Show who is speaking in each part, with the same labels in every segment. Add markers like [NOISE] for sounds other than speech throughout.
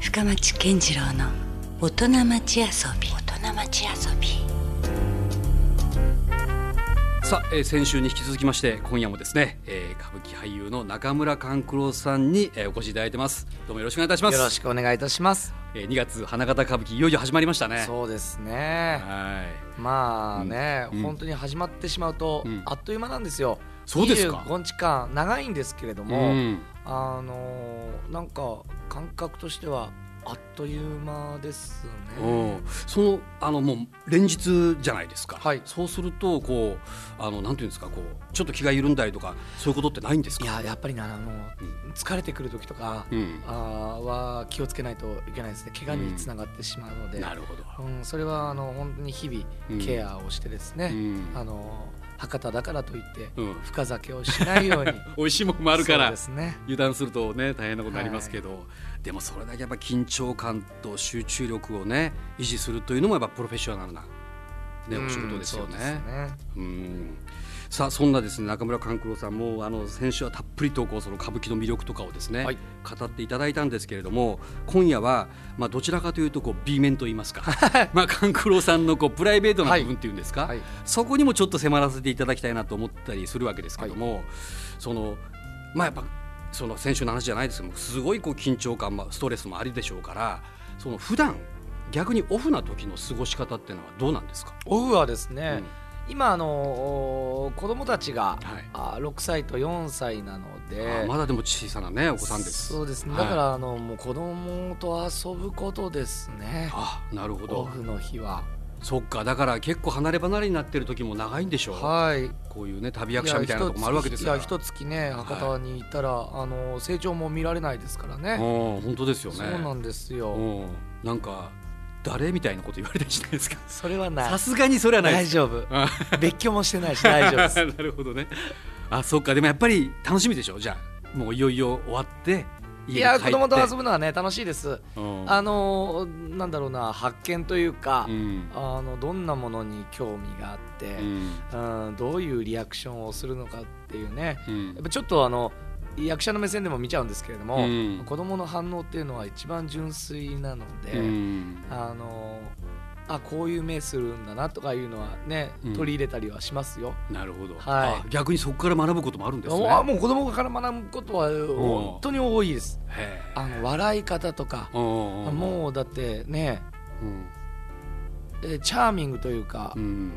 Speaker 1: 深町健次郎の大人町遊び大人町遊び
Speaker 2: さあ、えー先週に引き続きまして今夜もですね、えー歌舞伎俳優の中村勘九郎さんに、えーお越しいただいてますどうもよろしくお願いいたします
Speaker 3: よろしくお願いいたします。
Speaker 2: えー、2月花形歌舞伎いよいよ始まりましたね
Speaker 3: そうですね。
Speaker 2: はい
Speaker 3: まあね、
Speaker 2: うん
Speaker 3: 本当に始まってしまうと、
Speaker 2: うん
Speaker 3: あっという間なんですよ。
Speaker 2: そうですか
Speaker 3: 25日間長いんですけれども、
Speaker 2: ん
Speaker 3: あのーなんか感覚としてはあっという間ですね。
Speaker 2: うんそのあのもう連日じゃないですか、
Speaker 3: はい
Speaker 2: そうするとこうあのなんていうんですかこうちょっと気が緩んだりとかそういうことってないんですか
Speaker 3: いややっぱりなあの疲れてくる時とか、
Speaker 2: うん、
Speaker 3: あーは気をつけないといけないですね。怪我につながってしまうので、
Speaker 2: なるほど、
Speaker 3: うんそれはあの本当に日々ケアをしてですね。
Speaker 2: うん
Speaker 3: あの博多だからといって
Speaker 2: うん
Speaker 3: 深酒をしないように
Speaker 2: 美味しいもんも [LAUGHS] あるから
Speaker 3: そうですね
Speaker 2: 油断するとね大変なことになりますけど、でもそれだけやっぱ緊張感と集中力をね維持するというのもやっぱプロフェッショナルな、ねお仕事ですよ
Speaker 3: うんそう
Speaker 2: ね。うんさあそんなですね中村勘九郎さんもあの先週はたっぷりとこうその歌舞伎の魅力とかをですね、
Speaker 3: はい
Speaker 2: 語っていただいたんですけれども今夜は、まあ、どちらかというとこう B 面と言いますか [LAUGHS] まあ勘九郎さんのこうプライベートな部分っていうんですか、
Speaker 3: はいはい
Speaker 2: そこにもちょっと迫らせていただきたいなと思ったりするわけですけども、そのまあやっぱその先週の話じゃないですけどもすごいこう緊張感もストレスもありでしょうからその普段逆にオフな時の過ごし方っていうのはどうなんですか、
Speaker 3: オフはです
Speaker 2: う
Speaker 3: ね
Speaker 2: ん、
Speaker 3: 今あのお子供たちが、
Speaker 2: はい
Speaker 3: あ6歳と4歳なの
Speaker 2: あ
Speaker 3: で
Speaker 2: ーまだでも小さなねお子さんです。
Speaker 3: そうですね
Speaker 2: はい
Speaker 3: だから、あのもう子供と遊ぶことですね
Speaker 2: あなるほ
Speaker 3: オ
Speaker 2: ど
Speaker 3: フの日は
Speaker 2: そっかだから結構離れ離れになってる時も長いんでしょう、
Speaker 3: はい
Speaker 2: こういうね旅役者みたいなとこもあるわけです
Speaker 3: い
Speaker 2: か
Speaker 3: や
Speaker 2: ら
Speaker 3: 一月ね博多にいたら、あの成長も見られないですから
Speaker 2: うん
Speaker 3: ね
Speaker 2: 本当ですよね
Speaker 3: そうなんですよ、
Speaker 2: うんなんか誰みたいなこと言われたりしないですか
Speaker 3: それはない
Speaker 2: さすがにそれはない
Speaker 3: 大
Speaker 2: です
Speaker 3: 丈
Speaker 2: [LAUGHS]
Speaker 3: 夫
Speaker 2: あ
Speaker 3: 別居もしてないし大丈夫です
Speaker 2: [LAUGHS] なるほどねあそっかでもやっぱり楽しみでしょじゃあもういよいよ終わって家に
Speaker 3: い
Speaker 2: 帰っ
Speaker 3: や
Speaker 2: て
Speaker 3: 子供と遊ぶのはね楽しいです、
Speaker 2: うん
Speaker 3: あのーなんだろうな発見というか、
Speaker 2: うん
Speaker 3: あのどんなものに興味があって
Speaker 2: う、ん
Speaker 3: うんどういうリアクションをするのかっていうね
Speaker 2: うん
Speaker 3: やっぱちょっとあの役者の目線でも見ちゃうんですけれども、
Speaker 2: うん
Speaker 3: 子供の反応っていうのは一番純粋なので、
Speaker 2: うん
Speaker 3: あのーあこういう目するんだなとかいうのはね
Speaker 2: うん
Speaker 3: 取り入れたりはしますよ、
Speaker 2: なるほど、
Speaker 3: はい
Speaker 2: あ逆にそこから学ぶこともあるんですね
Speaker 3: あもう子供から学ぶことは本当に多いです
Speaker 2: へえ
Speaker 3: あの笑い方とか、
Speaker 2: うんうん
Speaker 3: もうだってね
Speaker 2: うん
Speaker 3: えーチャーミングというか、
Speaker 2: うん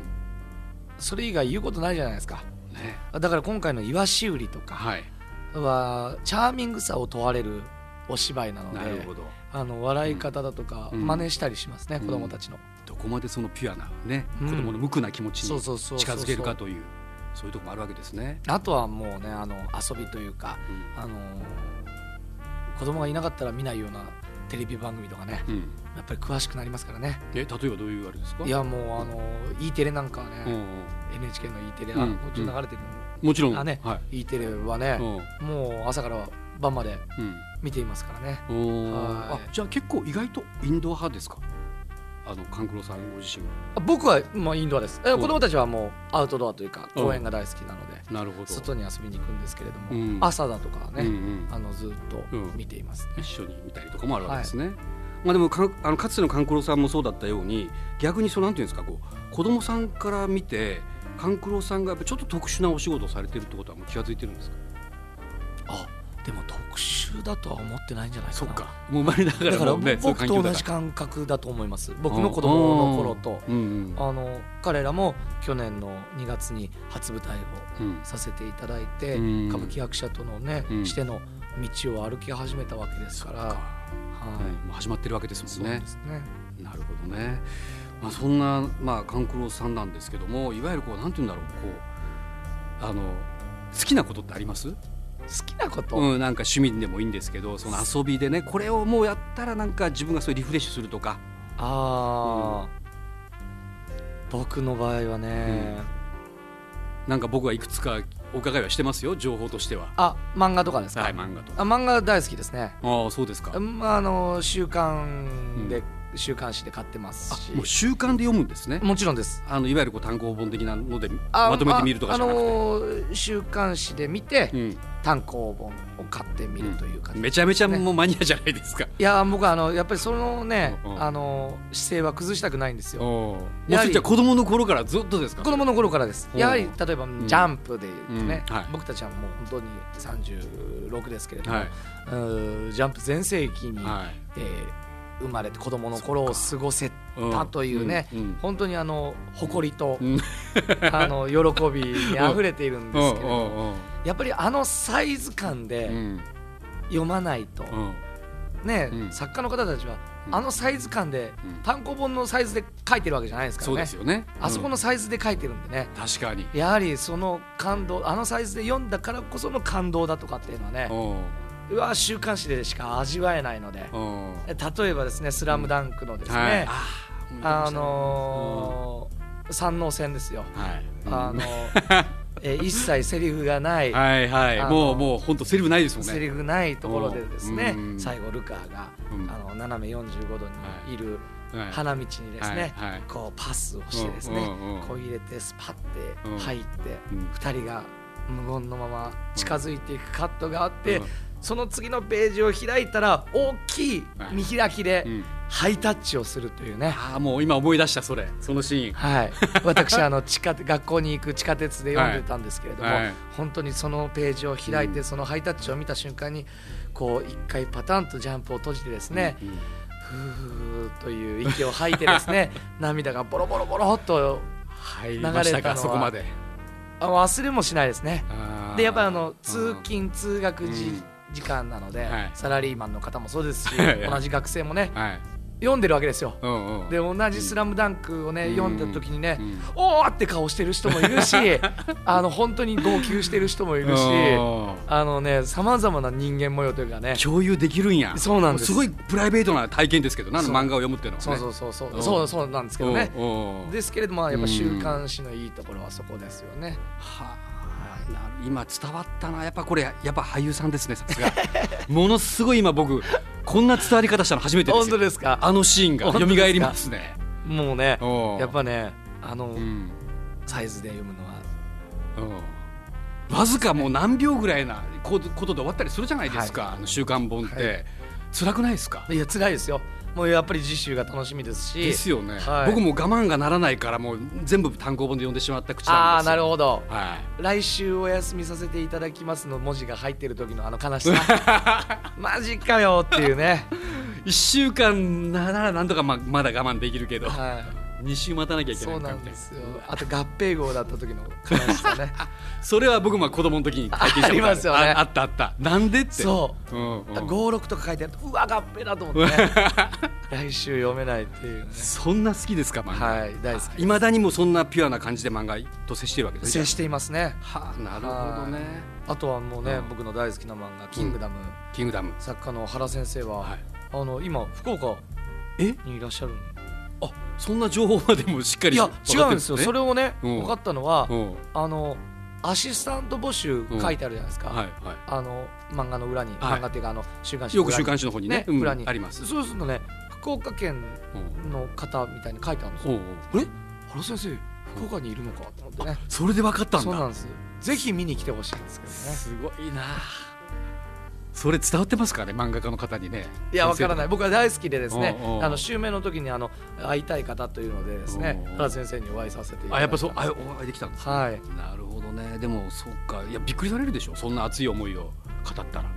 Speaker 3: それ以外言うことないじゃないですか
Speaker 2: ね
Speaker 3: だから今回の「イワシ売り」とか
Speaker 2: はい
Speaker 3: はチャーミングさを問われるお芝居なの
Speaker 2: なる
Speaker 3: で
Speaker 2: ほど
Speaker 3: あの笑い方だとか
Speaker 2: うん
Speaker 3: 真似したりしますね、
Speaker 2: うん
Speaker 3: 子供たちの、
Speaker 2: どこまでそのピュアなね、
Speaker 3: うん
Speaker 2: 子供の無垢な気持ち
Speaker 3: そう
Speaker 2: に
Speaker 3: そうそう
Speaker 2: 近づけるか
Speaker 3: そう
Speaker 2: というそういうとこもあるわけですね。
Speaker 3: そうあとはもうねあの遊びというか、
Speaker 2: う
Speaker 3: あのー子供がいなかったら見ないようなテレビ番組とかね
Speaker 2: んうん
Speaker 3: やっぱり詳しくなりますからね
Speaker 2: え例えばどういうあれですか？
Speaker 3: いやもうあのー E テレなんかはね、
Speaker 2: うんうん、
Speaker 3: NHK の E テレ、
Speaker 2: う
Speaker 3: あ
Speaker 2: ん
Speaker 3: こっちに流れてる
Speaker 2: もちろん
Speaker 3: あね
Speaker 2: はい。
Speaker 3: E テレはね
Speaker 2: う、ん
Speaker 3: もう朝から晩まで
Speaker 2: うん
Speaker 3: 見ていますからね。
Speaker 2: おーあ
Speaker 3: はい
Speaker 2: じゃあ結構意外とインドア派ですか？あの勘九郎さんご自身は。
Speaker 3: あ僕はまあインドアです。え
Speaker 2: うん
Speaker 3: 子供たちはもうアウトドアというか公園が大好きなので、
Speaker 2: なるほど。
Speaker 3: 外に遊びに行くんですけれども、
Speaker 2: うん
Speaker 3: 朝だとかは
Speaker 2: う
Speaker 3: ね、
Speaker 2: んうん
Speaker 3: あのずっと見ていますね。
Speaker 2: 一緒に見たりとかもあるわけですね。まあでもかあのかつての勘九郎さんもそうだったように逆にそうなんていうんですかこう子供さんから見て勘九郎さんがやっぱちょっと特殊なお仕事をされてるってことはもう気が付いてるんですか
Speaker 3: あでも特殊だとは思ってないんじゃないかな。
Speaker 2: そっか。もう生まれながら
Speaker 3: だから
Speaker 2: もうね、そういう
Speaker 3: 僕と同
Speaker 2: 環
Speaker 3: じ
Speaker 2: 境だ
Speaker 3: 感覚だと思います。僕の子供の頃と。
Speaker 2: うんうん
Speaker 3: あの彼らも去年の2月に初舞台を
Speaker 2: うん
Speaker 3: させていただいて、
Speaker 2: うん
Speaker 3: 歌舞伎役者とのね、
Speaker 2: うん
Speaker 3: しての道を歩き始めたわけですから、
Speaker 2: そっかは
Speaker 3: は
Speaker 2: い
Speaker 3: い、
Speaker 2: もう始まってるわけです
Speaker 3: そ
Speaker 2: も
Speaker 3: うん
Speaker 2: ね
Speaker 3: で。すね。
Speaker 2: なるほどね。まあそんなまあ勘九郎さんなんですけども、いわゆるこうなんて言うんだろうこうあの好きなことってあります？
Speaker 3: 好きなこと、
Speaker 2: うんなんか趣味でもいいんですけど、その遊びでねこれをもうやったらなんか自分がそういうリフレッシュするとか。
Speaker 3: ああ、僕の場合はね、
Speaker 2: なんか僕はいくつかお伺いはしてますよ情報としては。
Speaker 3: あ漫画とかですか、
Speaker 2: はい漫画とか。
Speaker 3: あ漫画大好きですね。
Speaker 2: ああそうですか。
Speaker 3: まああの週刊で、週刊誌で買ってます
Speaker 2: あ
Speaker 3: し
Speaker 2: もう習慣で読むんですね
Speaker 3: もちろんです
Speaker 2: あのいわゆるこう単行本的なので
Speaker 3: あ
Speaker 2: まとめて見るとかじゃなく
Speaker 3: ああ
Speaker 2: て、
Speaker 3: のー週刊誌で見て、単行本を買ってみるという感
Speaker 2: う
Speaker 3: じ、
Speaker 2: ん、めちゃめちゃもうマニアじゃないですか、
Speaker 3: いやー僕はあのやっぱりそのね、
Speaker 2: うんうん
Speaker 3: あのー姿勢は崩したくないんです
Speaker 2: お
Speaker 3: よ
Speaker 2: ーもう
Speaker 3: やは
Speaker 2: そ
Speaker 3: り
Speaker 2: れじゃあ子供の頃からずっとですか
Speaker 3: 子供の頃からです
Speaker 2: うん
Speaker 3: やはり例えば
Speaker 2: ん
Speaker 3: ジャンプで言うとね、
Speaker 2: うんはい
Speaker 3: 僕たちはもう本当に36ですけれども、
Speaker 2: はいう
Speaker 3: ージャンプ全盛期に、
Speaker 2: は
Speaker 3: えー生まれて子供の頃を過ごせたというね、
Speaker 2: うんうんうん
Speaker 3: 本当にあの誇りと、
Speaker 2: い、うん、
Speaker 3: [LAUGHS] あの喜びにあふれているんですけれど、
Speaker 2: うんうん
Speaker 3: やっぱりあのサイズ感
Speaker 2: う
Speaker 3: で
Speaker 2: ん
Speaker 3: 読まないと、
Speaker 2: うん
Speaker 3: ね、
Speaker 2: うん
Speaker 3: 作家の方たちは
Speaker 2: うん
Speaker 3: あのサイズ感で、
Speaker 2: うん
Speaker 3: 単行本のサイズで書いてるわけじゃないですから
Speaker 2: そう
Speaker 3: ね
Speaker 2: ですよね
Speaker 3: あそこのサイズで書いてるんでね、
Speaker 2: うん確かに
Speaker 3: やはりその感動あのサイズで読んだからこその感動だとかっていうのはね
Speaker 2: うん
Speaker 3: うわ週刊誌でしか味わえないので
Speaker 2: うん
Speaker 3: 例えばですね「スラムダンクのですね、
Speaker 2: はい
Speaker 3: あのー山王戦ですよ、あの
Speaker 2: [LAUGHS]
Speaker 3: ーえ一切セリフがない、
Speaker 2: はいはい
Speaker 3: あ
Speaker 2: はい
Speaker 3: の
Speaker 2: もうもう本当セリフないですもんね
Speaker 3: セリフないところでですね、
Speaker 2: うん
Speaker 3: 最後ルカーが、
Speaker 2: うん
Speaker 3: あの斜め45度にいる
Speaker 2: はい
Speaker 3: 花道にですね、
Speaker 2: はいはい
Speaker 3: こうパスをしてですね、
Speaker 2: うんうんうん
Speaker 3: こう入れてスパ
Speaker 2: う
Speaker 3: ッ
Speaker 2: ん
Speaker 3: て入って、
Speaker 2: うん
Speaker 3: 二人が無言のまま近づいていくカットがあって、
Speaker 2: うん
Speaker 3: その次のページを開いたら大きい見開きで
Speaker 2: うん
Speaker 3: ハイタッチをするというね、
Speaker 2: ああもう今思い出したそれそのシーン
Speaker 3: はい、私あの地下 [LAUGHS] 学校に行く地下鉄で読んでたんですけれども、
Speaker 2: はいはい
Speaker 3: 本当にそのページを開いて、
Speaker 2: う
Speaker 3: そのハイタッチを見た瞬間にこう一回パタンとジャンプを閉じてですね、
Speaker 2: うん
Speaker 3: ふーという息を吐いてですね [LAUGHS] 涙がボロボロボロっと
Speaker 2: 入りました
Speaker 3: 流れたのは
Speaker 2: かそこまで
Speaker 3: あ忘れもしないですね。
Speaker 2: あー
Speaker 3: でやっぱりあの
Speaker 2: うん
Speaker 3: 通勤通学時,、
Speaker 2: うん
Speaker 3: 時間なので、
Speaker 2: はい
Speaker 3: サラリーマンの方もそうですし
Speaker 2: [LAUGHS] はい
Speaker 3: 同じ学生もね
Speaker 2: はい
Speaker 3: 読んでるわけですよ。
Speaker 2: うんうん
Speaker 3: で同じ「スラムダンクをね、
Speaker 2: うん
Speaker 3: 読んだ時にね、
Speaker 2: うん
Speaker 3: おーって顔してる人もい
Speaker 2: [LAUGHS]
Speaker 3: るしあの本当に号泣してる人もいるし
Speaker 2: うん
Speaker 3: あのねさまざまな人間模様というかね
Speaker 2: 共有できるんや
Speaker 3: そうなんです
Speaker 2: すごいプライベートな体験ですけどなあの
Speaker 3: そう
Speaker 2: 漫画を読むっていうのはね
Speaker 3: そうそうそうそ
Speaker 2: う
Speaker 3: う
Speaker 2: ん
Speaker 3: そうそうなんですけどね
Speaker 2: うんうん
Speaker 3: ですけれどもやっぱ週刊誌のいいところはそこですよね。
Speaker 2: はあなる今伝わったなやっぱこれやっぱ俳優さんですねさ [LAUGHS] すがものすごい今僕こんな伝わり方したの初めてですよ
Speaker 3: 本当ですか
Speaker 2: あのシーンが
Speaker 3: 本当ですか
Speaker 2: 蘇りますね
Speaker 3: もうね
Speaker 2: おう
Speaker 3: やっぱねあの、
Speaker 2: うん
Speaker 3: サイズで読むのは
Speaker 2: うんわずかもう何秒ぐらいなことことで終わったりするじゃないですか、あの週刊本って、
Speaker 3: はい
Speaker 2: 辛くないですか
Speaker 3: いや辛いですよもうやっぱり次週が楽しみですし
Speaker 2: ですよね、
Speaker 3: はい
Speaker 2: 僕も我慢がならないからもう全部単行本で読んでしまった口
Speaker 3: あ
Speaker 2: な
Speaker 3: あ
Speaker 2: んです
Speaker 3: なるほど
Speaker 2: ど、はい、
Speaker 3: 来週お休みさせていただきますの文字が入ってる時のあの悲しさ
Speaker 2: [LAUGHS]
Speaker 3: マジかよっていうね、
Speaker 2: 1週間ならなんとかままだ我慢できるけど、
Speaker 3: は
Speaker 2: 二2週待たなきゃ
Speaker 3: い、
Speaker 2: [LAUGHS] いけない
Speaker 3: そう
Speaker 2: のか
Speaker 3: な
Speaker 2: み
Speaker 3: ん
Speaker 2: たい
Speaker 3: ですよあと合併号だった時の悲しさ
Speaker 2: [LAUGHS]
Speaker 3: ね
Speaker 2: それは僕も子供の時に体験したこと
Speaker 3: ありますよね
Speaker 2: ああったあったなんでって、
Speaker 3: そう
Speaker 2: んうん
Speaker 3: 56とか書いてあるとうわ合併だと思っ
Speaker 2: [LAUGHS]
Speaker 3: てね来週読めないっていうね
Speaker 2: そんな好きですか漫画
Speaker 3: はい大好きです
Speaker 2: いまだにもそんなピュアな感じで漫画と接しているわけですね
Speaker 3: 接していますね
Speaker 2: はあなるほどね
Speaker 3: あとはもうね、
Speaker 2: うん
Speaker 3: 僕の大好きな漫画「キングダム」
Speaker 2: キングダム
Speaker 3: 作家の原先生は、
Speaker 2: はい
Speaker 3: あの今福岡
Speaker 2: え
Speaker 3: にいらっしゃる
Speaker 2: あそんな情報までもしっかり
Speaker 3: いや
Speaker 2: 分かって
Speaker 3: 違
Speaker 2: る
Speaker 3: うんですよ、それをね、
Speaker 2: うん
Speaker 3: 分かったのは、
Speaker 2: うん
Speaker 3: あのアシスタント募集書いてあるじゃないですか、
Speaker 2: はいは
Speaker 3: あの漫画の裏に、
Speaker 2: はい
Speaker 3: 漫画っていうかあの週刊誌
Speaker 2: いよ
Speaker 3: の裏
Speaker 2: く
Speaker 3: に
Speaker 2: 週刊誌の方にね
Speaker 3: ね
Speaker 2: うん
Speaker 3: 裏に
Speaker 2: あります
Speaker 3: そうするとね福岡県
Speaker 2: うん
Speaker 3: の方みたいに書いてあるんです
Speaker 2: おう
Speaker 3: よ
Speaker 2: おう
Speaker 3: あれ原先生福岡にいるのかと思ってね
Speaker 2: それで分かったん
Speaker 3: そうなん
Speaker 2: だ
Speaker 3: ですぜひ見に来てほしいんですけどね
Speaker 2: すごいなそれ伝わってますかね漫画家の方にね
Speaker 3: いやわからないい僕は大好きでですね
Speaker 2: おうおう
Speaker 3: あの襲名の時にあの会いたい方というのでですね
Speaker 2: おうおう
Speaker 3: 原先生にお会いさせていただいた
Speaker 2: あやっぱそう
Speaker 3: あ
Speaker 2: あお会いできたんですね
Speaker 3: はい
Speaker 2: なるほどねでもそうかいやびっくりされるでしょそんな熱い思いを語ったら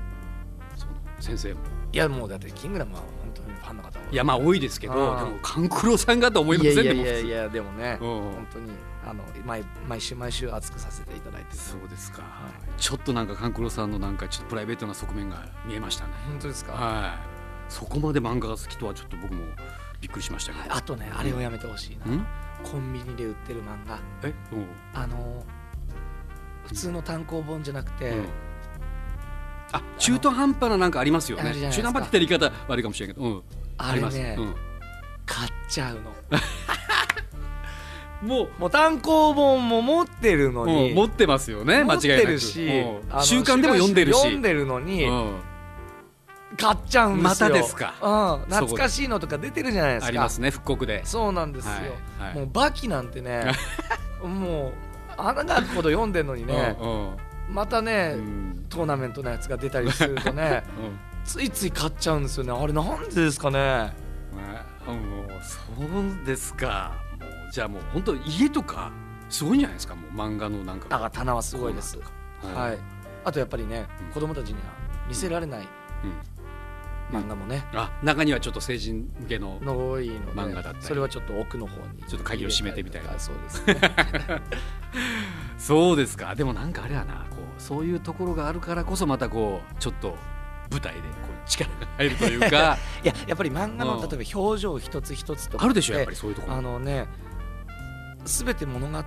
Speaker 2: その先生も
Speaker 3: いやもうだってキングダムは本当にファンの方はい
Speaker 2: やまあ多いですけどで
Speaker 3: あー
Speaker 2: も勘九郎さんがと思いま
Speaker 3: い
Speaker 2: せ
Speaker 3: や
Speaker 2: んで
Speaker 3: いや
Speaker 2: も
Speaker 3: いや
Speaker 2: 普通
Speaker 3: いやでもね
Speaker 2: うんうん
Speaker 3: 本当にあの毎毎週毎週熱くさせていただいて
Speaker 2: そうですか、ちょっとなんか勘九郎さんのなんかちょっとプライベートな側面が見えましたね
Speaker 3: 本当ですか、
Speaker 2: はいそこまで漫画が好きとはちょっと僕もびっくりしましたけど
Speaker 3: あとねあれをやめてほしいな、
Speaker 2: うん
Speaker 3: コンビニで売ってる漫画
Speaker 2: えうん
Speaker 3: あの普通の単行本じゃなくて、
Speaker 2: うんあ中途半端ななんかありますよ
Speaker 3: あ
Speaker 2: ね
Speaker 3: るじゃないです
Speaker 2: 中途
Speaker 3: か
Speaker 2: 半端って言ったら言い方悪いかもしれないけど、うん、
Speaker 3: あれ
Speaker 2: り
Speaker 3: ね
Speaker 2: ます、うん
Speaker 3: 買っちゃうの
Speaker 2: もう
Speaker 3: もう単行本も持ってるのに、
Speaker 2: うん持ってますよね間違いなく
Speaker 3: 持ってるし
Speaker 2: うん
Speaker 3: あの
Speaker 2: 習慣でも読んでるし
Speaker 3: 週刊誌読んでるのに、
Speaker 2: うん
Speaker 3: 買っちゃうんですよ
Speaker 2: またですか
Speaker 3: うん、懐かしいのとか出てるじゃないですか
Speaker 2: ありますね復刻で
Speaker 3: そうなんですよ、
Speaker 2: はいはい
Speaker 3: もうバキなん
Speaker 2: [LAUGHS]
Speaker 3: てねもう穴が開くほど読んでるのにね
Speaker 2: うんうん
Speaker 3: またね、
Speaker 2: うん
Speaker 3: トーナメントのやつが出たりする
Speaker 2: [LAUGHS]
Speaker 3: とね
Speaker 2: うん
Speaker 3: ついつい買っちゃうんですよねあれなんでですかね
Speaker 2: ねもうそうですかもうじゃあもう本当家とかすごいんじゃないですかもう漫画のなんか
Speaker 3: だから棚はすごいですはい、あとやっぱりね
Speaker 2: うん
Speaker 3: 子供たちには見せられない
Speaker 2: うん
Speaker 3: 漫画もね、
Speaker 2: あ中にはちょっと成人向けの
Speaker 3: の多いので
Speaker 2: 漫画だったり
Speaker 3: それはちょっと奥の方に
Speaker 2: ちょっと鍵を閉めてみたいな
Speaker 3: 入れりとか
Speaker 2: [LAUGHS]
Speaker 3: そうですね
Speaker 2: そうですかでもなんかあれやなこうそういうところがあるからこそまたこうちょっと舞台でこう力が入るという
Speaker 3: [LAUGHS]
Speaker 2: か
Speaker 3: いややっぱり漫画
Speaker 2: う
Speaker 3: の
Speaker 2: ん
Speaker 3: 例えば表情一つ一つとか
Speaker 2: あるでしょやっぱ
Speaker 3: り
Speaker 2: りそういうところ
Speaker 3: あのね全て物語っ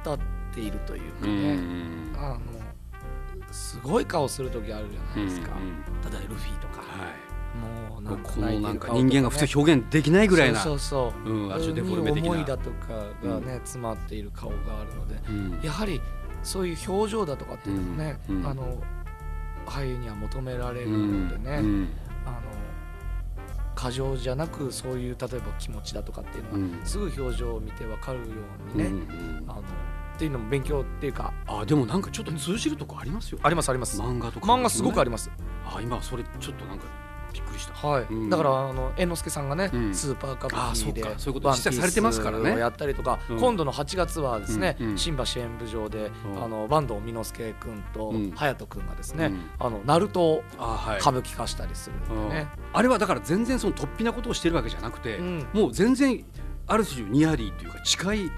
Speaker 3: ているというか
Speaker 2: うんうん
Speaker 3: ね、あのすごい顔する時あるじゃ
Speaker 2: うん
Speaker 3: ないですか、
Speaker 2: うんうん
Speaker 3: ただルフィとか、
Speaker 2: は、
Speaker 3: もうないんか
Speaker 2: このなんか人
Speaker 3: 泣
Speaker 2: 間
Speaker 3: いてる
Speaker 2: が
Speaker 3: 顔とかね
Speaker 2: 普通表現できないぐらいな
Speaker 3: そうそうそう
Speaker 2: うん、ある種デフォルメ的な
Speaker 3: 思いだとかがね、詰まっている顔があるので
Speaker 2: うん
Speaker 3: やはりそういう表情だとかっていうのもね、
Speaker 2: うんうん
Speaker 3: あの俳優には求められるのでね、
Speaker 2: うんうん
Speaker 3: あの過剰じゃなくそういう例えば気持ちだとかっていうのは、
Speaker 2: うん
Speaker 3: すぐ表情を見てわかるようにね、
Speaker 2: うんうん
Speaker 3: あのっていうのも勉強っていうか
Speaker 2: あでもなんかちょっと通じるとこありますよ、
Speaker 3: ありますあります
Speaker 2: 漫画とか、
Speaker 3: 漫画すごくあり
Speaker 2: ま
Speaker 3: ます、
Speaker 2: すあ今それちょっとなんかびっくりした
Speaker 3: はい
Speaker 2: うん
Speaker 3: だからあの猿之助さんがね、
Speaker 2: うん
Speaker 3: スーパー歌舞伎で
Speaker 2: あそうかそういうこと
Speaker 3: ワンピ
Speaker 2: 実際されてますからね
Speaker 3: ースをやったりとか、
Speaker 2: うん
Speaker 3: 今度の8月はですね、
Speaker 2: うんうん
Speaker 3: 新橋演舞場で、
Speaker 2: うん
Speaker 3: あの坂東美之助君と
Speaker 2: うん
Speaker 3: 隼人君がですね、
Speaker 2: うん
Speaker 3: あのナルトを
Speaker 2: あはい
Speaker 3: 歌舞伎化したりするんでね、
Speaker 2: うんあれはだから全然その突飛なことをしてるわけじゃなくて、
Speaker 3: うん
Speaker 2: もう全然ある種ニアリーというか近い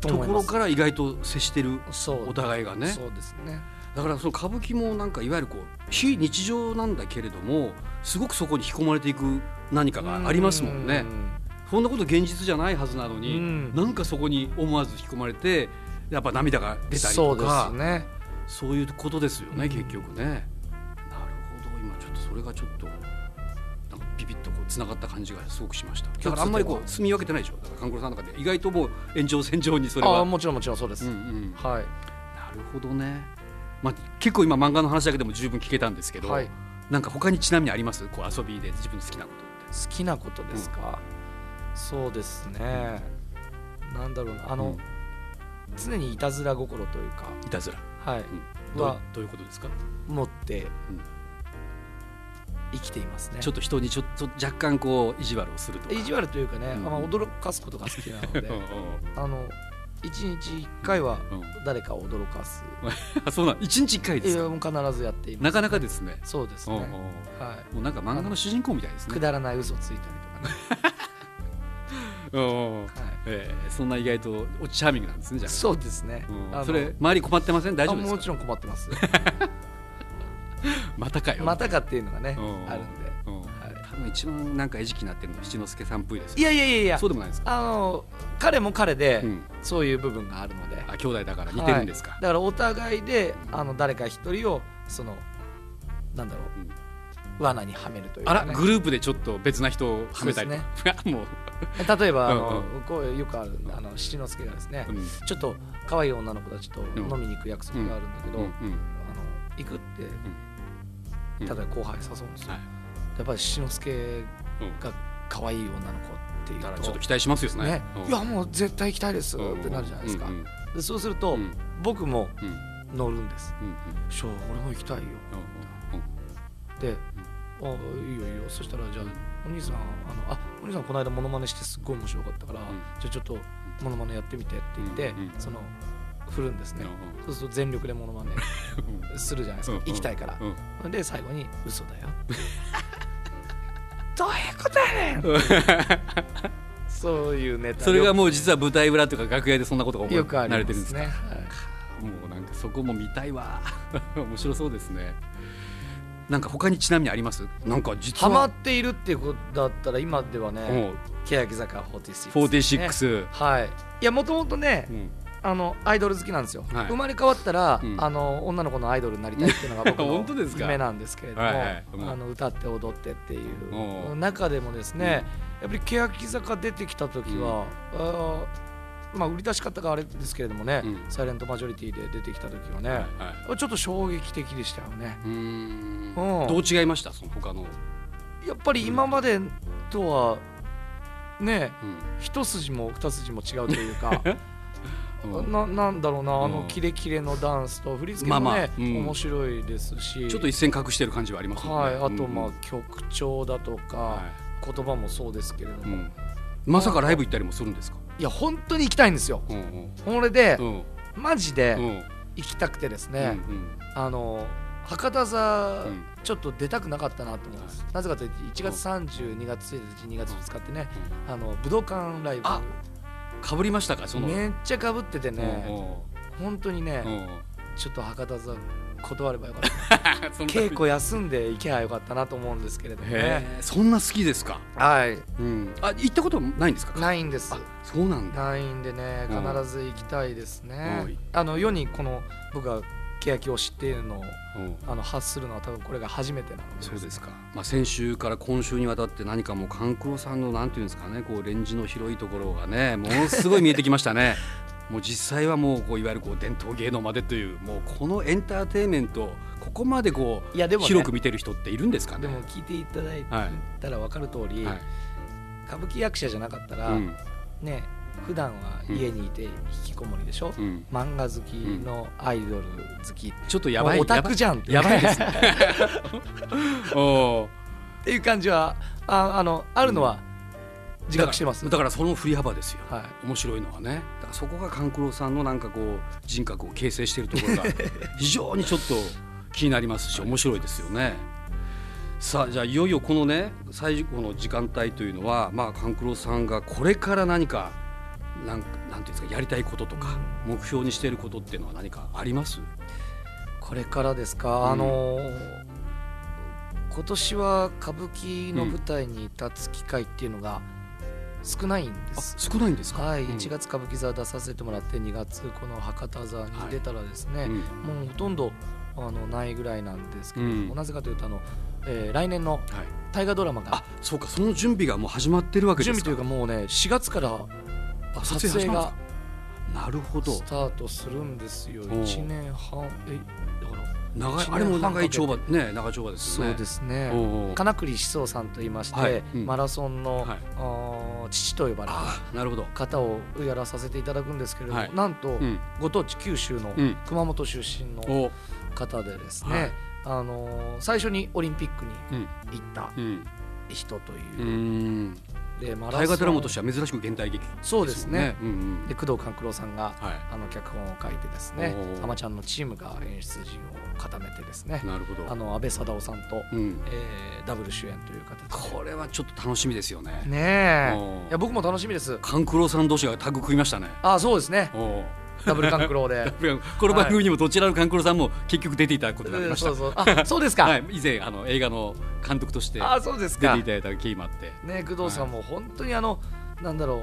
Speaker 2: ところから意外と接してる
Speaker 3: そう
Speaker 2: お互いがね
Speaker 3: そうですね
Speaker 2: だからその歌舞伎もなんかいわゆるこう非日常なんだけれどもすごくそこに引き込まれていく何かがありますもんね。そんなこと現実じゃないはずなのに、
Speaker 3: うん
Speaker 2: なんかそこに思わず引き込まれてやっぱ涙が出たり
Speaker 3: そ
Speaker 2: と
Speaker 3: うで
Speaker 2: か
Speaker 3: すね
Speaker 2: そういうことですよね、
Speaker 3: うん
Speaker 2: 結局ね。なるほど今ちょっとそれがちょっとなんかビビッとこうつながった感じがすごくしましただからあんまりこ
Speaker 3: 共
Speaker 2: う住み分けてないでしょだから勘九郎さんの中で意外ともう延長線上にそれ
Speaker 3: あ
Speaker 2: は。
Speaker 3: あ
Speaker 2: うん
Speaker 3: もちろんもちろんそうです、
Speaker 2: うん、な
Speaker 3: はい
Speaker 2: るほどね、まあ、結構今漫画の話だけでも十分聞けたんですけど、
Speaker 3: はい
Speaker 2: なんか他にちなみにありますこう遊びで自分の好きなことって。
Speaker 3: 好きなことですか、そうですね、なんだろうなあの、
Speaker 2: うん
Speaker 3: 常にいたずら心という
Speaker 2: いたずら、
Speaker 3: か、はい
Speaker 2: うん
Speaker 3: う
Speaker 2: ど
Speaker 3: わ
Speaker 2: うどういうことですか
Speaker 3: 持って
Speaker 2: ん
Speaker 3: 生きていますね
Speaker 2: ちょっと人にちょっと若干こう意地悪をするとか。
Speaker 3: 意地悪というかね、
Speaker 2: うん
Speaker 3: まあ、驚かすことが好きなので
Speaker 2: う
Speaker 3: [LAUGHS] あの一日一回は
Speaker 2: んうんうん
Speaker 3: 誰かを驚かす、
Speaker 2: あそうなの一日一回で
Speaker 3: い
Speaker 2: す
Speaker 3: や
Speaker 2: か。
Speaker 3: もう必ずやっています
Speaker 2: なかなかですね。
Speaker 3: そうです
Speaker 2: うん
Speaker 3: ね、
Speaker 2: うん
Speaker 3: は
Speaker 2: も
Speaker 3: いう
Speaker 2: なんか漫画の主人公みたいです
Speaker 3: く
Speaker 2: ね。
Speaker 3: だらない嘘ついたりとかね、
Speaker 2: うんうん
Speaker 3: はい
Speaker 2: ええそんな意外とおチャーミングなんですねじゃ
Speaker 3: そうですね
Speaker 2: あ。うん
Speaker 3: あの
Speaker 2: それ周り困ってません大丈夫
Speaker 3: あも
Speaker 2: です
Speaker 3: ち
Speaker 2: か。
Speaker 3: ろん困って
Speaker 2: [LAUGHS]
Speaker 3: ます。
Speaker 2: またかよ。
Speaker 3: またかっていうのがね
Speaker 2: うん
Speaker 3: あるんで。
Speaker 2: うん
Speaker 3: はい
Speaker 2: 多分一番なんか餌食になってるのは七之助さんっぽいですよ。
Speaker 3: いやいやいやいや
Speaker 2: そう。でもないですか。
Speaker 3: あの彼も彼で
Speaker 2: うん
Speaker 3: そういう部分があるので。
Speaker 2: あ兄弟だから似てるんです
Speaker 3: は
Speaker 2: か
Speaker 3: い。だからお互いであの誰か一人をそのなんだろ
Speaker 2: うん
Speaker 3: う罠にはめるという
Speaker 2: あ
Speaker 3: からね。
Speaker 2: グループでちょっと別な人をはめたりとか。 [LAUGHS] もう
Speaker 3: 例えばあの
Speaker 2: うん
Speaker 3: こうよくあるあの七之助がですね
Speaker 2: うん
Speaker 3: ちょっと可愛い女の子たちと
Speaker 2: ん
Speaker 3: 飲みに行く約束があるんだけど
Speaker 2: う
Speaker 3: あ
Speaker 2: ん
Speaker 3: の
Speaker 2: うん
Speaker 3: 行くって
Speaker 2: うん
Speaker 3: ただ後輩誘うんですよ
Speaker 2: はい。
Speaker 3: やっぱり七之助
Speaker 2: うん
Speaker 3: が可愛い女の子っていう
Speaker 2: だから
Speaker 3: と
Speaker 2: ちょっと期待しますよね。
Speaker 3: ね
Speaker 2: うん
Speaker 3: いやもう絶対行きたいですっ
Speaker 2: うん
Speaker 3: てなるじゃないですか、
Speaker 2: うんうん
Speaker 3: でそうすると、
Speaker 2: うん
Speaker 3: 僕も
Speaker 2: うん
Speaker 3: 乗るんです
Speaker 2: うんうん
Speaker 3: 「しょう俺も行きたいよ
Speaker 2: うん」
Speaker 3: で「あいいよいいよ」そしたらじゃあお兄さんあのあお兄さんこの間モノマネしてすっごい面白かったから、
Speaker 2: ん
Speaker 3: じゃあちょっとモノマネやってみてって言って、
Speaker 2: うんうん
Speaker 3: その振るんですね、そうすると全力でモ
Speaker 2: [LAUGHS]
Speaker 3: ノマネするじゃないです
Speaker 2: う
Speaker 3: か、
Speaker 2: んうん
Speaker 3: 行きたいから
Speaker 2: う、ん
Speaker 3: で最後に「嘘だ
Speaker 2: [LAUGHS]
Speaker 3: よ」どういうことやねんそういうネタ
Speaker 2: それがもう実は舞台裏とか楽屋でそんなことが思い
Speaker 3: よくあ
Speaker 2: 慣
Speaker 3: りま
Speaker 2: れてるんですす
Speaker 3: ね
Speaker 2: か
Speaker 3: はい
Speaker 2: もうなんかそこも見たいわ [LAUGHS] 面白そうですねなんか他にちなみにありますなんか実
Speaker 3: ハマ
Speaker 2: は
Speaker 3: っているっていうことだったら今ではね
Speaker 2: もう
Speaker 3: 欅坂46、ね、
Speaker 2: 46、
Speaker 3: はいいやもともとね
Speaker 2: うん
Speaker 3: あのアイドル好きなんですよ、
Speaker 2: はい
Speaker 3: 生まれ変わったら、
Speaker 2: うん
Speaker 3: あの女の子のアイドルになりたいっていうのが僕
Speaker 2: 本当 [LAUGHS]
Speaker 3: の
Speaker 2: ですか
Speaker 3: 夢なんですけれども、
Speaker 2: はいはいうん
Speaker 3: あの歌って踊ってってい
Speaker 2: おう
Speaker 3: う中でもですね、やっぱり欅坂出てきた時は、あーまあ売り出し方があれですけれどもね、
Speaker 2: うん
Speaker 3: サイレントマジョリティで出てきた時はね、
Speaker 2: はいはい
Speaker 3: ちょっと衝撃的でしたよね
Speaker 2: うーん
Speaker 3: うん
Speaker 2: どう違いましたその他の
Speaker 3: やっぱり今までとはね
Speaker 2: うん
Speaker 3: 一筋も二筋も違うという
Speaker 2: [LAUGHS]
Speaker 3: か
Speaker 2: うん
Speaker 3: ななんだろうなあの
Speaker 2: うん
Speaker 3: キレキレのダンスと振り付け
Speaker 2: ま
Speaker 3: も
Speaker 2: あまあ
Speaker 3: ね
Speaker 2: うん
Speaker 3: 面白いですし
Speaker 2: ちょっと一線隠してる感じはありますもん
Speaker 3: はい
Speaker 2: ね。
Speaker 3: あとま
Speaker 2: う
Speaker 3: あ
Speaker 2: ん
Speaker 3: 曲調だとか
Speaker 2: は
Speaker 3: 言葉もそうですけれど
Speaker 2: い
Speaker 3: も
Speaker 2: うんまさかライブ行ったりもするんですか。
Speaker 3: いや本当に行きたいんですよ
Speaker 2: うんうん
Speaker 3: これで
Speaker 2: うん
Speaker 3: マジ
Speaker 2: う
Speaker 3: で
Speaker 2: ん
Speaker 3: 行きたくてです
Speaker 2: うん
Speaker 3: ねあの博多座ちょっと出たくなかったなと思いますなぜかというと1月30、2月1日、2月2日ってねあの武道館ライ
Speaker 2: あかぶりましたかそ
Speaker 3: ブ
Speaker 2: の。
Speaker 3: めっちゃかぶっててね本当にね
Speaker 2: うんうん
Speaker 3: ちょっと博多座断ればよかった
Speaker 2: そんな
Speaker 3: 稽古休んで行けばよかったなと思うんですけれども
Speaker 2: へ
Speaker 3: ね
Speaker 2: えそんな好きですか。
Speaker 3: はい
Speaker 2: うんあ行ったことないんですか。
Speaker 3: ないんです
Speaker 2: あそうなんだ。
Speaker 3: ないんでね
Speaker 2: うん
Speaker 3: 必ず行きたいです
Speaker 2: う
Speaker 3: ね
Speaker 2: ん
Speaker 3: あの世にこの僕が欅を知っているのを
Speaker 2: うん
Speaker 3: あの発するのは多分これが初めてなので
Speaker 2: そうですか、まあ、先週から今週にわたって何かもう観光さんのなんていうんですかねこうレンジの広いところがねものすごい見えてきました [LAUGHS] ねもう実際はもうこういわゆるこう伝統芸能までというもうこのエンターテインメントをここまでこう
Speaker 3: いやでもね
Speaker 2: 広く見てる人っているんですかね
Speaker 3: でも聞いていただい
Speaker 2: はい
Speaker 3: たら分かる通り、
Speaker 2: はい
Speaker 3: 歌舞伎役者じゃなかったら、
Speaker 2: うん
Speaker 3: ね普段は家にいて引きこもりでしょ、
Speaker 2: うん、
Speaker 3: 漫画好きのアイドル好き、
Speaker 2: ちょっとやばい
Speaker 3: もうオタクじゃんって
Speaker 2: やばいやばいですね [LAUGHS] おー
Speaker 3: っていう感じはああのあるのは自覚してます、
Speaker 2: だからだからその振り幅ですよ、
Speaker 3: はい
Speaker 2: 面白いのはねだからそこが勘九郎さんのなんかこう人格を形成していると
Speaker 3: [LAUGHS]
Speaker 2: ころが非常にちょっと気になりますし面白いですよね。さあじゃあいよいよこのね最後の時間帯というのはまあ勘九郎さんがこれから何かなんなんていうんですかやりたいこととか、目標にしていることっていうのは何かあります、
Speaker 3: これからですか、
Speaker 2: うん
Speaker 3: あのー今年は歌舞伎の舞台に立つ機会っていうのが少ないんで
Speaker 2: あ
Speaker 3: す、
Speaker 2: 少ないんですか、
Speaker 3: はい、
Speaker 2: うん
Speaker 3: 1月歌舞伎座出させてもらって2月この博多座に出たらですね、
Speaker 2: うん
Speaker 3: もうほとんどあのないぐらいなんですけれども、
Speaker 2: うん
Speaker 3: なぜかというとあの、えー来年の
Speaker 2: はい、
Speaker 3: 大河ドラマが
Speaker 2: あそうかその準備がもう始まってるわけで
Speaker 3: 準
Speaker 2: す
Speaker 3: 備
Speaker 2: か
Speaker 3: というかもうね4月から
Speaker 2: あ
Speaker 3: 撮影
Speaker 2: 始まるん
Speaker 3: が
Speaker 2: ですかなるほど
Speaker 3: スタートするんですよ
Speaker 2: おう
Speaker 3: 1年半えだから
Speaker 2: 長い
Speaker 3: 一年半
Speaker 2: あれも長い
Speaker 3: かけて
Speaker 2: 帳場ね長い帳場ですよ
Speaker 3: そ
Speaker 2: ね
Speaker 3: うです
Speaker 2: お
Speaker 3: ね
Speaker 2: うおう
Speaker 3: 金栗志宗さんといいまして、
Speaker 2: はいうん
Speaker 3: マラソンの、
Speaker 2: はい
Speaker 3: あー父と呼ばれる
Speaker 2: ああなるほど
Speaker 3: 方をやらさせていただくんですけれども、
Speaker 2: はい
Speaker 3: なんと、
Speaker 2: うん
Speaker 3: ご当地九州の
Speaker 2: うん
Speaker 3: 熊本出身の
Speaker 2: お
Speaker 3: 方でです
Speaker 2: は
Speaker 3: ね
Speaker 2: い、
Speaker 3: あのー最初にオリンピックに
Speaker 2: うん
Speaker 3: 行った
Speaker 2: うん
Speaker 3: 人という
Speaker 2: うー、ん
Speaker 3: でマ
Speaker 2: 大河ドラマとしてては珍しく現代劇
Speaker 3: そうですね
Speaker 2: うんうん
Speaker 3: で工藤官九郎さんが、
Speaker 2: は
Speaker 3: あの脚本を書いてですね
Speaker 2: おー
Speaker 3: あまちゃんのチームが演出陣を固めてですね
Speaker 2: いなるほど
Speaker 3: あの安倍貞夫さんと、
Speaker 2: うん
Speaker 3: えーダブル主演という形
Speaker 2: これはちょっと楽しみですよ
Speaker 3: で
Speaker 2: ね
Speaker 3: ね
Speaker 2: お
Speaker 3: え
Speaker 2: ー
Speaker 3: いや僕も楽しみです
Speaker 2: 勘九郎さん同士がタッグ組みましたね
Speaker 3: あそうですね
Speaker 2: おお
Speaker 3: ダブル官九郎で
Speaker 2: [LAUGHS] この番組にもどちらの勘九郎さんも結局出ていただくことになり
Speaker 3: う
Speaker 2: ま
Speaker 3: ん
Speaker 2: し
Speaker 3: そう
Speaker 2: た
Speaker 3: そうあそうですか、
Speaker 2: はい以前あの映画の監督として
Speaker 3: あそうです
Speaker 2: 出
Speaker 3: か
Speaker 2: ていただいた経緯もあって
Speaker 3: ね工藤さんも本当にあのなんだろ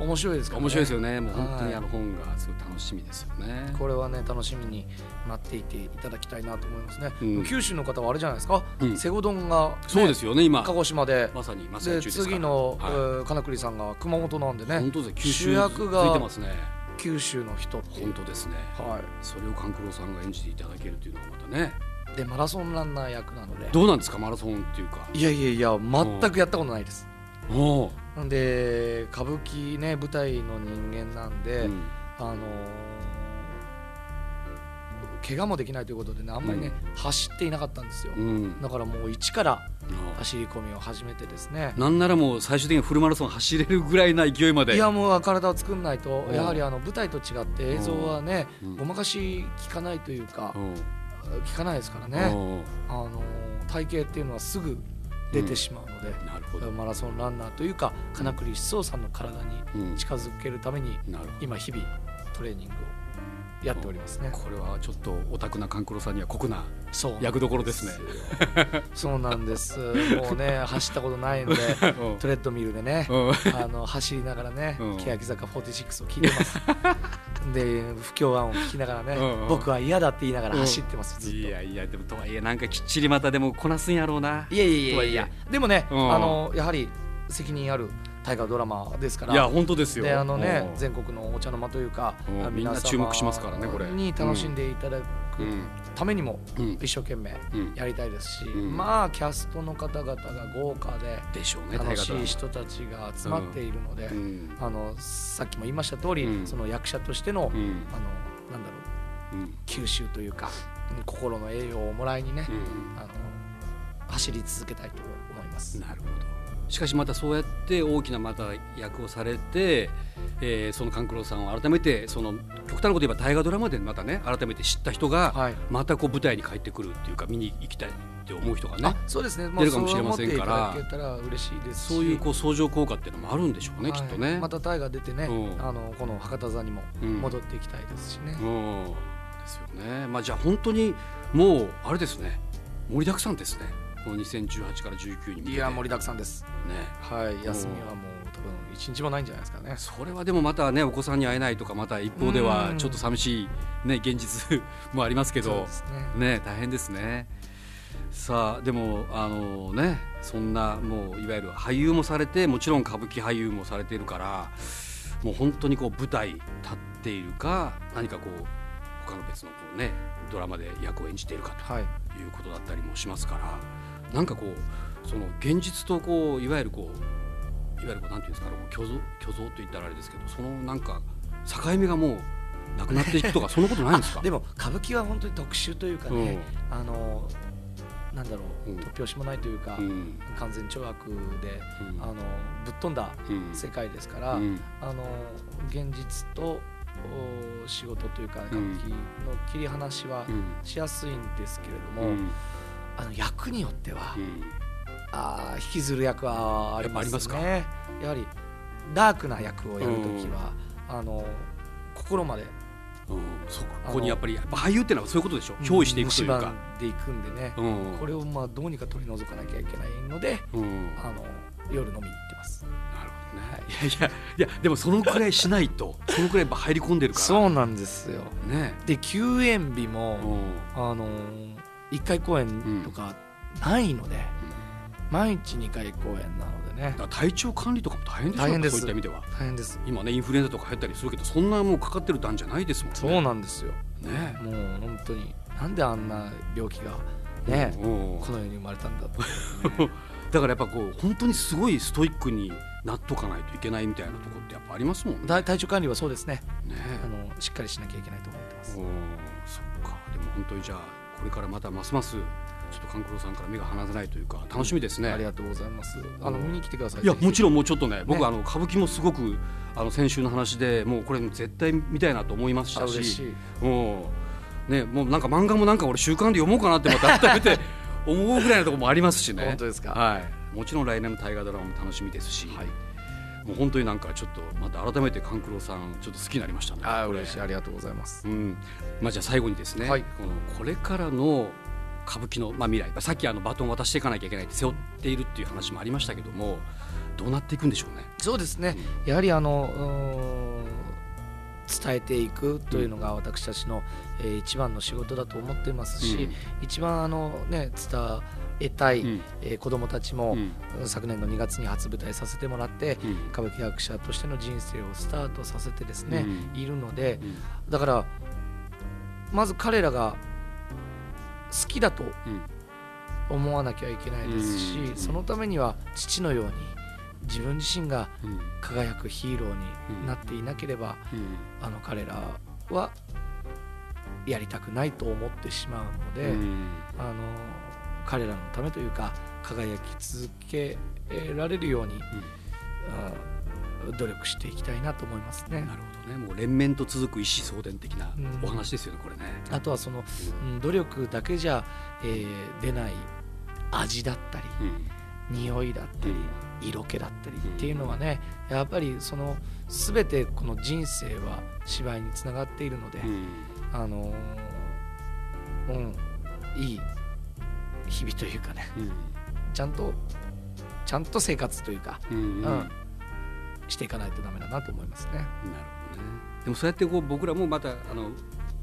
Speaker 3: う面白いですから、ね、
Speaker 2: 面白いですよねもう本当
Speaker 3: は
Speaker 2: に
Speaker 3: い
Speaker 2: あの本がすごい楽しみですよね
Speaker 3: これはね楽しみに待っていていただきたいなと思いますね、
Speaker 2: うん
Speaker 3: 九州の方はあれじゃないですか、
Speaker 2: うん
Speaker 3: 瀬古丼が、ね
Speaker 2: そうですよね今
Speaker 3: 鹿児島で
Speaker 2: まさにまさ
Speaker 3: で
Speaker 2: に中ですから
Speaker 3: 次の、え
Speaker 2: は
Speaker 3: ー金栗さんが熊本なんで
Speaker 2: い本
Speaker 3: ね
Speaker 2: 当ですね九州
Speaker 3: 主役が
Speaker 2: ついてますね
Speaker 3: 九州の人っていう
Speaker 2: 本当ですね
Speaker 3: は
Speaker 2: それを勘九郎さんが演じていただけるというのはまたね
Speaker 3: い、でマラソンランナー役なので
Speaker 2: どうなんですかマラソンっていうか
Speaker 3: いやいやいや全くやったことないです
Speaker 2: おお
Speaker 3: なんで歌舞伎ね舞台の人間なんで、
Speaker 2: うん
Speaker 3: あのー怪我もできないということでねあんまりね、走っていなかったんですよ、
Speaker 2: うん
Speaker 3: だからもう一から
Speaker 2: あ
Speaker 3: 走り込みを始めてですね
Speaker 2: あなんならもう最終的にフルマラソン走れるぐらいな勢いまで
Speaker 3: いやもう体を作んないと
Speaker 2: うん
Speaker 3: やはりあの舞台と違って映像はね
Speaker 2: うん
Speaker 3: ごまかし効かないというか
Speaker 2: おう
Speaker 3: 効かないですから
Speaker 2: お
Speaker 3: ね
Speaker 2: う
Speaker 3: あの体型っていうのはすぐ出てしまうので
Speaker 2: なるほど
Speaker 3: マラソンランナーというか金栗志宗さんの体
Speaker 2: うん
Speaker 3: に近づけるために
Speaker 2: なるほど
Speaker 3: 今日々トレーニングをやっておりますね
Speaker 2: これはちょっとオタクな勘九郎さんには酷な
Speaker 3: そうなん
Speaker 2: 役どころですね
Speaker 3: [LAUGHS]
Speaker 2: [LAUGHS]
Speaker 3: そうなんですもうね走ったことないのでトレッドミルでね
Speaker 2: うん
Speaker 3: あの走りながらね、
Speaker 2: うん
Speaker 3: 欅坂46を聴いてます。
Speaker 2: [LAUGHS]
Speaker 3: で、不協和音を聴きながらね、
Speaker 2: うんうん
Speaker 3: 僕は嫌だって言いながら走ってます、ずっと。
Speaker 2: い
Speaker 3: い
Speaker 2: や
Speaker 3: や
Speaker 2: いやでもとはいえなんかきっちりまたでもこなすんやろうない
Speaker 3: やいやいやいや、でもね、
Speaker 2: うん
Speaker 3: あのやはり責任ある大河ドラマですから
Speaker 2: いや本当ですよ
Speaker 3: であのね
Speaker 2: うん
Speaker 3: 全国のお茶の間というか
Speaker 2: うん
Speaker 3: あ
Speaker 2: みんな
Speaker 3: 皆様
Speaker 2: 注目しますからねこれ
Speaker 3: に楽しんでいただく
Speaker 2: うん
Speaker 3: ためにも
Speaker 2: うん
Speaker 3: 一生懸命
Speaker 2: うん
Speaker 3: やりたいですし、
Speaker 2: うん
Speaker 3: まあキャストの方々が豪華で
Speaker 2: でしょうね
Speaker 3: 楽
Speaker 2: 大河ド
Speaker 3: し
Speaker 2: ラマ
Speaker 3: い人たちが集まっているので、
Speaker 2: うん
Speaker 3: あのさっきも言いました通り、
Speaker 2: うん
Speaker 3: その役者としての,、
Speaker 2: うん
Speaker 3: あのなんだろう
Speaker 2: うん
Speaker 3: 吸収というかうん心の栄養をもらいにね、
Speaker 2: うん
Speaker 3: あの走り続けたいと思います。
Speaker 2: なるほどしかしまたそうやって大きなまた役をされて、えーその勘九郎さんを改めてその極端なこと言えば大河ドラマでまたね改めて知った人が、
Speaker 3: はい
Speaker 2: またこう舞台に帰ってくるっていうか見に行きたいって思う人がね
Speaker 3: あそうですね、
Speaker 2: 出るかもしれませんから
Speaker 3: そう思っていただけたら嬉しいですし
Speaker 2: そういうこう相乗効果っていうのもあるんでしょうね、
Speaker 3: はい
Speaker 2: きっとね。
Speaker 3: またタイが出てね、
Speaker 2: うん
Speaker 3: あのこの博多座にも
Speaker 2: うん
Speaker 3: 戻っていきたいですしね、
Speaker 2: うんですよね。まあじゃあ本当にもうあれですね盛りだくさんですね。この2018から19に向けて
Speaker 3: いや盛りだくさんです
Speaker 2: ね。
Speaker 3: はい休みはもう多分一日もないんじゃないですかね
Speaker 2: それはでもまたねお子さんに会えないとかまた一方では
Speaker 3: うん
Speaker 2: ちょっと寂しいね現実 [LAUGHS] もありますけ
Speaker 3: そう
Speaker 2: ど
Speaker 3: ですね
Speaker 2: ね大変ですね。さあでもあのねそんなもういわゆる俳優もされてもちろん歌舞伎俳優もされているからもう本当にこう舞台立っているか何かこう他の別のこうねドラマで役を演じているかと
Speaker 3: はい
Speaker 2: いうことだったりもしますからなんかこうその現実とこういわゆるこういわゆるこうなんていうんですかねこう虚像虚像と言ったらあれですけどそのなんか境目がもうなくなっていくと
Speaker 3: [LAUGHS]
Speaker 2: かそんなことないんですか
Speaker 3: あでも歌舞伎は本当に特殊というかね、あのなんだろう、
Speaker 2: うん
Speaker 3: 突拍子もないというか、
Speaker 2: うんうん
Speaker 3: 完全懲悪で、
Speaker 2: うん
Speaker 3: あのぶっ飛んだ
Speaker 2: うん
Speaker 3: 世界ですから、
Speaker 2: うん
Speaker 3: あの現実とお仕事というか歌
Speaker 2: う
Speaker 3: 舞
Speaker 2: ん
Speaker 3: 伎の切り離しは
Speaker 2: うん
Speaker 3: しやすいんですけれど
Speaker 2: う
Speaker 3: も、
Speaker 2: ん
Speaker 3: あの役によっては、
Speaker 2: うん
Speaker 3: あー引きずる役はありま
Speaker 2: やっぱあ
Speaker 3: すね
Speaker 2: りますか
Speaker 3: やはりダークな役をやるときは、あの心まで
Speaker 2: うんそうか
Speaker 3: あの
Speaker 2: ここにやっぱりやっぱ俳優ってのはそういうことでしょ憑依していくというか。
Speaker 3: 蝕んでいくんでね、
Speaker 2: うん
Speaker 3: これをまあどうにか取り除かなきゃいけないので
Speaker 2: うんなる
Speaker 3: あの夜飲みに行ってます
Speaker 2: ほどねいやいやいやでもそのくらいしないとそのくらいやっぱ入り込んでるから
Speaker 3: そうなんですよ
Speaker 2: ね
Speaker 3: で休園日も、
Speaker 2: うん
Speaker 3: あのー、1回公演とかないので、毎日2回公演なのでね
Speaker 2: だから体調管理とかも大変でしょ
Speaker 3: 大変で
Speaker 2: そ
Speaker 3: す
Speaker 2: ういった意味では
Speaker 3: 大変です
Speaker 2: 今ねインフルエンザとか流行ったりするけどそんなもうかかってる段じゃないですもんね
Speaker 3: そうなんですよ
Speaker 2: ね
Speaker 3: もう本当になんであんな病気がね、
Speaker 2: うん
Speaker 3: この世に生まれたんだと [LAUGHS]
Speaker 2: だからやっぱこう本当にすごいストイックになっとかないといけないみたいなとこってやっぱありますもんね
Speaker 3: だ体調管理はそうですね
Speaker 2: ね
Speaker 3: あのしっかりしなきゃいけないと思ってます
Speaker 2: うんそっかでも本当にじゃあこれからまたますますちょっと勘九郎さんから目が離せないというか楽しみですね、
Speaker 3: ありがとうございますあの
Speaker 2: うん
Speaker 3: 見に来てください
Speaker 2: いやもちろ
Speaker 3: ん
Speaker 2: んもうちょっとね僕
Speaker 3: ね
Speaker 2: あの歌舞伎もすごくあの先週の話でもうこれ絶対見たいなと思いました
Speaker 3: 嬉しい
Speaker 2: うんね、もうなんか漫画もなんか俺週刊で読もうかなってまた改め
Speaker 3: [LAUGHS]
Speaker 2: て思うぐらいのところもありますしね
Speaker 3: 本当ですか
Speaker 2: はい、もちろん来年の大河ドラマも楽しみですし、もう本当になんかちょっとまた改めて勘九郎さんちょっと好きになりましたね
Speaker 3: あー
Speaker 2: これ
Speaker 3: 嬉しいありがとうございます
Speaker 2: うんまあ、じゃあ最後にですね、
Speaker 3: はい
Speaker 2: このこれからの歌舞伎の、まあ、未来まあさっきあのバトンを渡していかなきゃいけないって背負っているっていう話もありましたけどもどうなっていくんでしょうね。
Speaker 3: そうですね、やはりあのうーん伝えていくというのが私たちの、えー一番の仕事だと思ってますし、
Speaker 2: うん
Speaker 3: 一番あの、ね、伝えたい、
Speaker 2: うん
Speaker 3: えー子どもたちも、
Speaker 2: うん
Speaker 3: 昨年の2月に初舞台させてもらって、
Speaker 2: うん
Speaker 3: 歌舞伎役者としての人生をスタートさせてですね、
Speaker 2: うん
Speaker 3: いるので
Speaker 2: うん
Speaker 3: だからまず彼らが好きだと
Speaker 2: うん
Speaker 3: 思わなきゃいけないですし、
Speaker 2: うん
Speaker 3: そのためには父のように自分自身が
Speaker 2: うん
Speaker 3: 輝くヒーローになっていなければ、あの彼らはやりたくないと思ってしまうの
Speaker 2: うん
Speaker 3: で、あの彼らのためというか輝き続けられるように、うん努力していきたいなと思いますね
Speaker 2: な。るほどねもう連綿と続く一子相伝的な
Speaker 3: うん
Speaker 2: お話ですよね、これね。
Speaker 3: あとはその、うん努力だけじゃ、えー出ない味だったり
Speaker 2: うん
Speaker 3: 匂いだったり色気だったりっていうのはねやっぱりその全てこの人生は芝居につながっているので、あのーうんいい日々というかねちゃんとちゃんと生活というか
Speaker 2: うんうん
Speaker 3: う
Speaker 2: なんる
Speaker 3: していかないとダメだなと思いますね。
Speaker 2: ほどねでもそうやってこう僕らもまたあの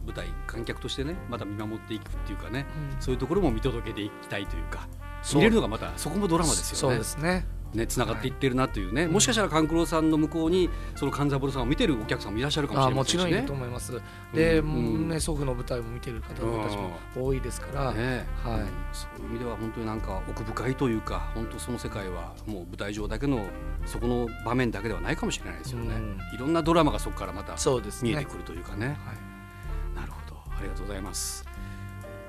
Speaker 2: 舞台観客としてねまた見守っていくっていうかね、
Speaker 3: うん
Speaker 2: そういうところも見届けていきたいというか
Speaker 3: そう
Speaker 2: 見れるのがまたそこもドラマですよね。
Speaker 3: そうですね。
Speaker 2: ね、つながっていってるなというね、もしかしたら勘九郎さんの向こうにその勘三郎さんを見てるお客さんもいらっしゃるかもし
Speaker 3: あ
Speaker 2: れま
Speaker 3: も
Speaker 2: せ
Speaker 3: ち
Speaker 2: ん
Speaker 3: ろ
Speaker 2: し
Speaker 3: んいる
Speaker 2: ね
Speaker 3: と。思います。で、
Speaker 2: うんうん
Speaker 3: ね、祖父の舞台も見てる方たちも多いですから、
Speaker 2: ね
Speaker 3: はい
Speaker 2: そういう意味では本当になんか奥深いというか本当その世界はもう舞台上だけのそこの場面だけではないかもしれないですよね、
Speaker 3: うん
Speaker 2: いろんなドラマがそこからまた
Speaker 3: そうです
Speaker 2: 見え
Speaker 3: ね。は
Speaker 2: て
Speaker 3: い
Speaker 2: くるというかねなるほどありがとうございます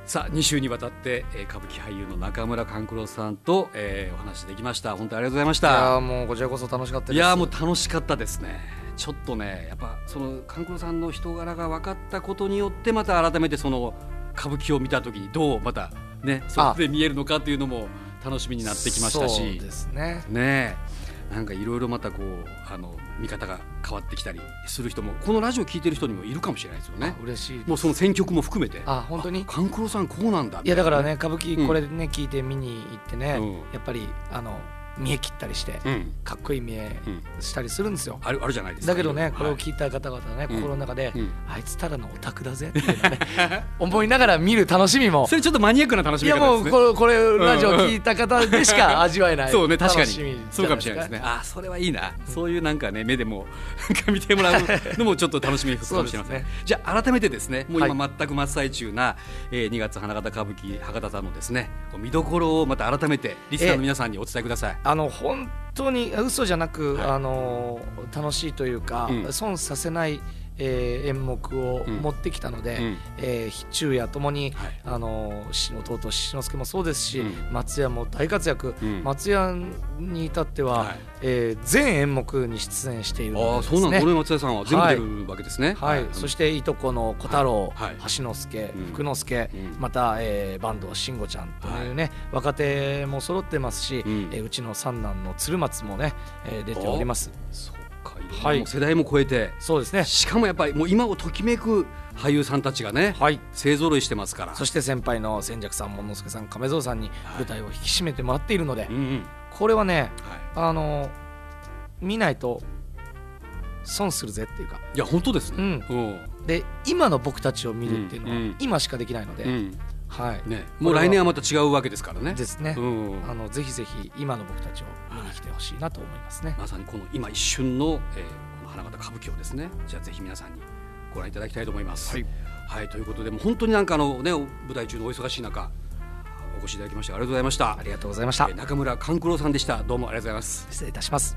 Speaker 2: さあ2週にわたって、えー歌舞伎俳優の中村勘九郎さんと、えーお話できました本当にありがとうございまし
Speaker 3: いや
Speaker 2: た
Speaker 3: ーもうこちらこそ楽しかったです。
Speaker 2: いやーもう楽しかったですねちょっとねやっぱその勘九郎さんの人柄が分かったことによってまた改めてその歌舞伎を見た時にどうまたねそこで見えるのかというのも楽しみになってきました
Speaker 3: そう
Speaker 2: し
Speaker 3: ですね。
Speaker 2: ねえなんかいろいろまたこうあの見方が変わってきたりする人もこのラジオ聞いてる人にもいるかもしれないですよね
Speaker 3: 嬉しい。
Speaker 2: もうその選曲も含めて
Speaker 3: あ本当に
Speaker 2: 勘九郎さんこうなんだ
Speaker 3: いやだからね歌舞
Speaker 2: うん
Speaker 3: 伎これね聞いて見に行ってね
Speaker 2: うん
Speaker 3: やっぱりあの見え切ったりして
Speaker 2: うん
Speaker 3: かっこいい見え
Speaker 2: うん
Speaker 3: したりするんですよ。
Speaker 2: あるあるじゃないですか
Speaker 3: だけどねこれを
Speaker 2: い
Speaker 3: 聞いた方々はね
Speaker 2: うん
Speaker 3: 心の中で
Speaker 2: うん
Speaker 3: あいつただのオタクだぜっていうのね
Speaker 2: [LAUGHS]
Speaker 3: 思いながら見る楽しみも
Speaker 2: それちょっとマニアックな楽し
Speaker 3: い
Speaker 2: み方
Speaker 3: や
Speaker 2: ですね
Speaker 3: もうこれこれラジオ聞いた方でしか味わえない
Speaker 2: そうね確か
Speaker 3: 楽しみじゃ
Speaker 2: に
Speaker 3: な
Speaker 2: そうかもしれないですねあーそれはいいな、そういうなんかね目でも [LAUGHS] なんか見てもらうのもちょっと楽しみにするかもしれません、
Speaker 3: そうです
Speaker 2: じゃあ改めてですねもう
Speaker 3: はい
Speaker 2: 今全く真っ最中な、えー、2月花形歌舞伎博多座のですねこう見どころをまた改めてリスナーの皆さんにお伝えください、
Speaker 3: あの本当にあ嘘じゃなく、
Speaker 2: はい
Speaker 3: あの楽しいというか、
Speaker 2: うん
Speaker 3: 損させない、えー演目を
Speaker 2: うん
Speaker 3: 持ってきたので、
Speaker 2: うん
Speaker 3: えー昼夜ともに、
Speaker 2: はい
Speaker 3: あのし弟志の輔もそうですし、
Speaker 2: うん
Speaker 3: 松屋も大活躍、
Speaker 2: うん
Speaker 3: 松屋に至っては、
Speaker 2: はい
Speaker 3: えー全演目に出演している
Speaker 2: あ
Speaker 3: の
Speaker 2: あ
Speaker 3: で
Speaker 2: そう
Speaker 3: です
Speaker 2: なん
Speaker 3: ね
Speaker 2: この松田さんは全部出るわけですね
Speaker 3: はいそしていとこの小太郎、
Speaker 2: はいはい
Speaker 3: 橋之助、
Speaker 2: うん
Speaker 3: 福之助、
Speaker 2: うん
Speaker 3: また、えー、坂東慎吾ちゃんというね、若手も揃ってますし、
Speaker 2: う
Speaker 3: うんえーうちの三男の鶴松もね、えー、出ております
Speaker 2: そうかいろんな
Speaker 3: はい
Speaker 2: もう世代も超えて
Speaker 3: そうですね
Speaker 2: しかもやっぱりもう今をときめく俳優さんたちがね、
Speaker 3: はい
Speaker 2: 勢ぞろいしてますから
Speaker 3: そして先輩の千尺さん門之助さん亀蔵さんに
Speaker 2: はい
Speaker 3: 舞台を引き締めてもらっているので、
Speaker 2: うんうん
Speaker 3: これはね
Speaker 2: はい
Speaker 3: あの見ないと損するぜっていうか
Speaker 2: いや本当ですね。うん。
Speaker 3: で今の僕たちを見るっていうの
Speaker 2: うんう
Speaker 3: は
Speaker 2: ん
Speaker 3: 今しかできないので、
Speaker 2: うん
Speaker 3: はい、
Speaker 2: ね、もう来年はまた違うわけですからね。
Speaker 3: ですね、
Speaker 2: うん。
Speaker 3: あのぜひぜひ今の僕たちを見に来てほしいなと思いますね。
Speaker 2: まさにこの今一瞬の、えー、この花形歌舞伎をですね。じゃあぜひ皆さんにご覧いただきたいと思います。
Speaker 3: はい。
Speaker 2: はいということでもう本当になんかあのねお舞台中のお忙しい中お越しいただきましてありがとうございました
Speaker 3: あ。りがとうございました
Speaker 2: えー。中村勘九郎さんでした。どうもありがとうございます。
Speaker 3: 失礼いたします。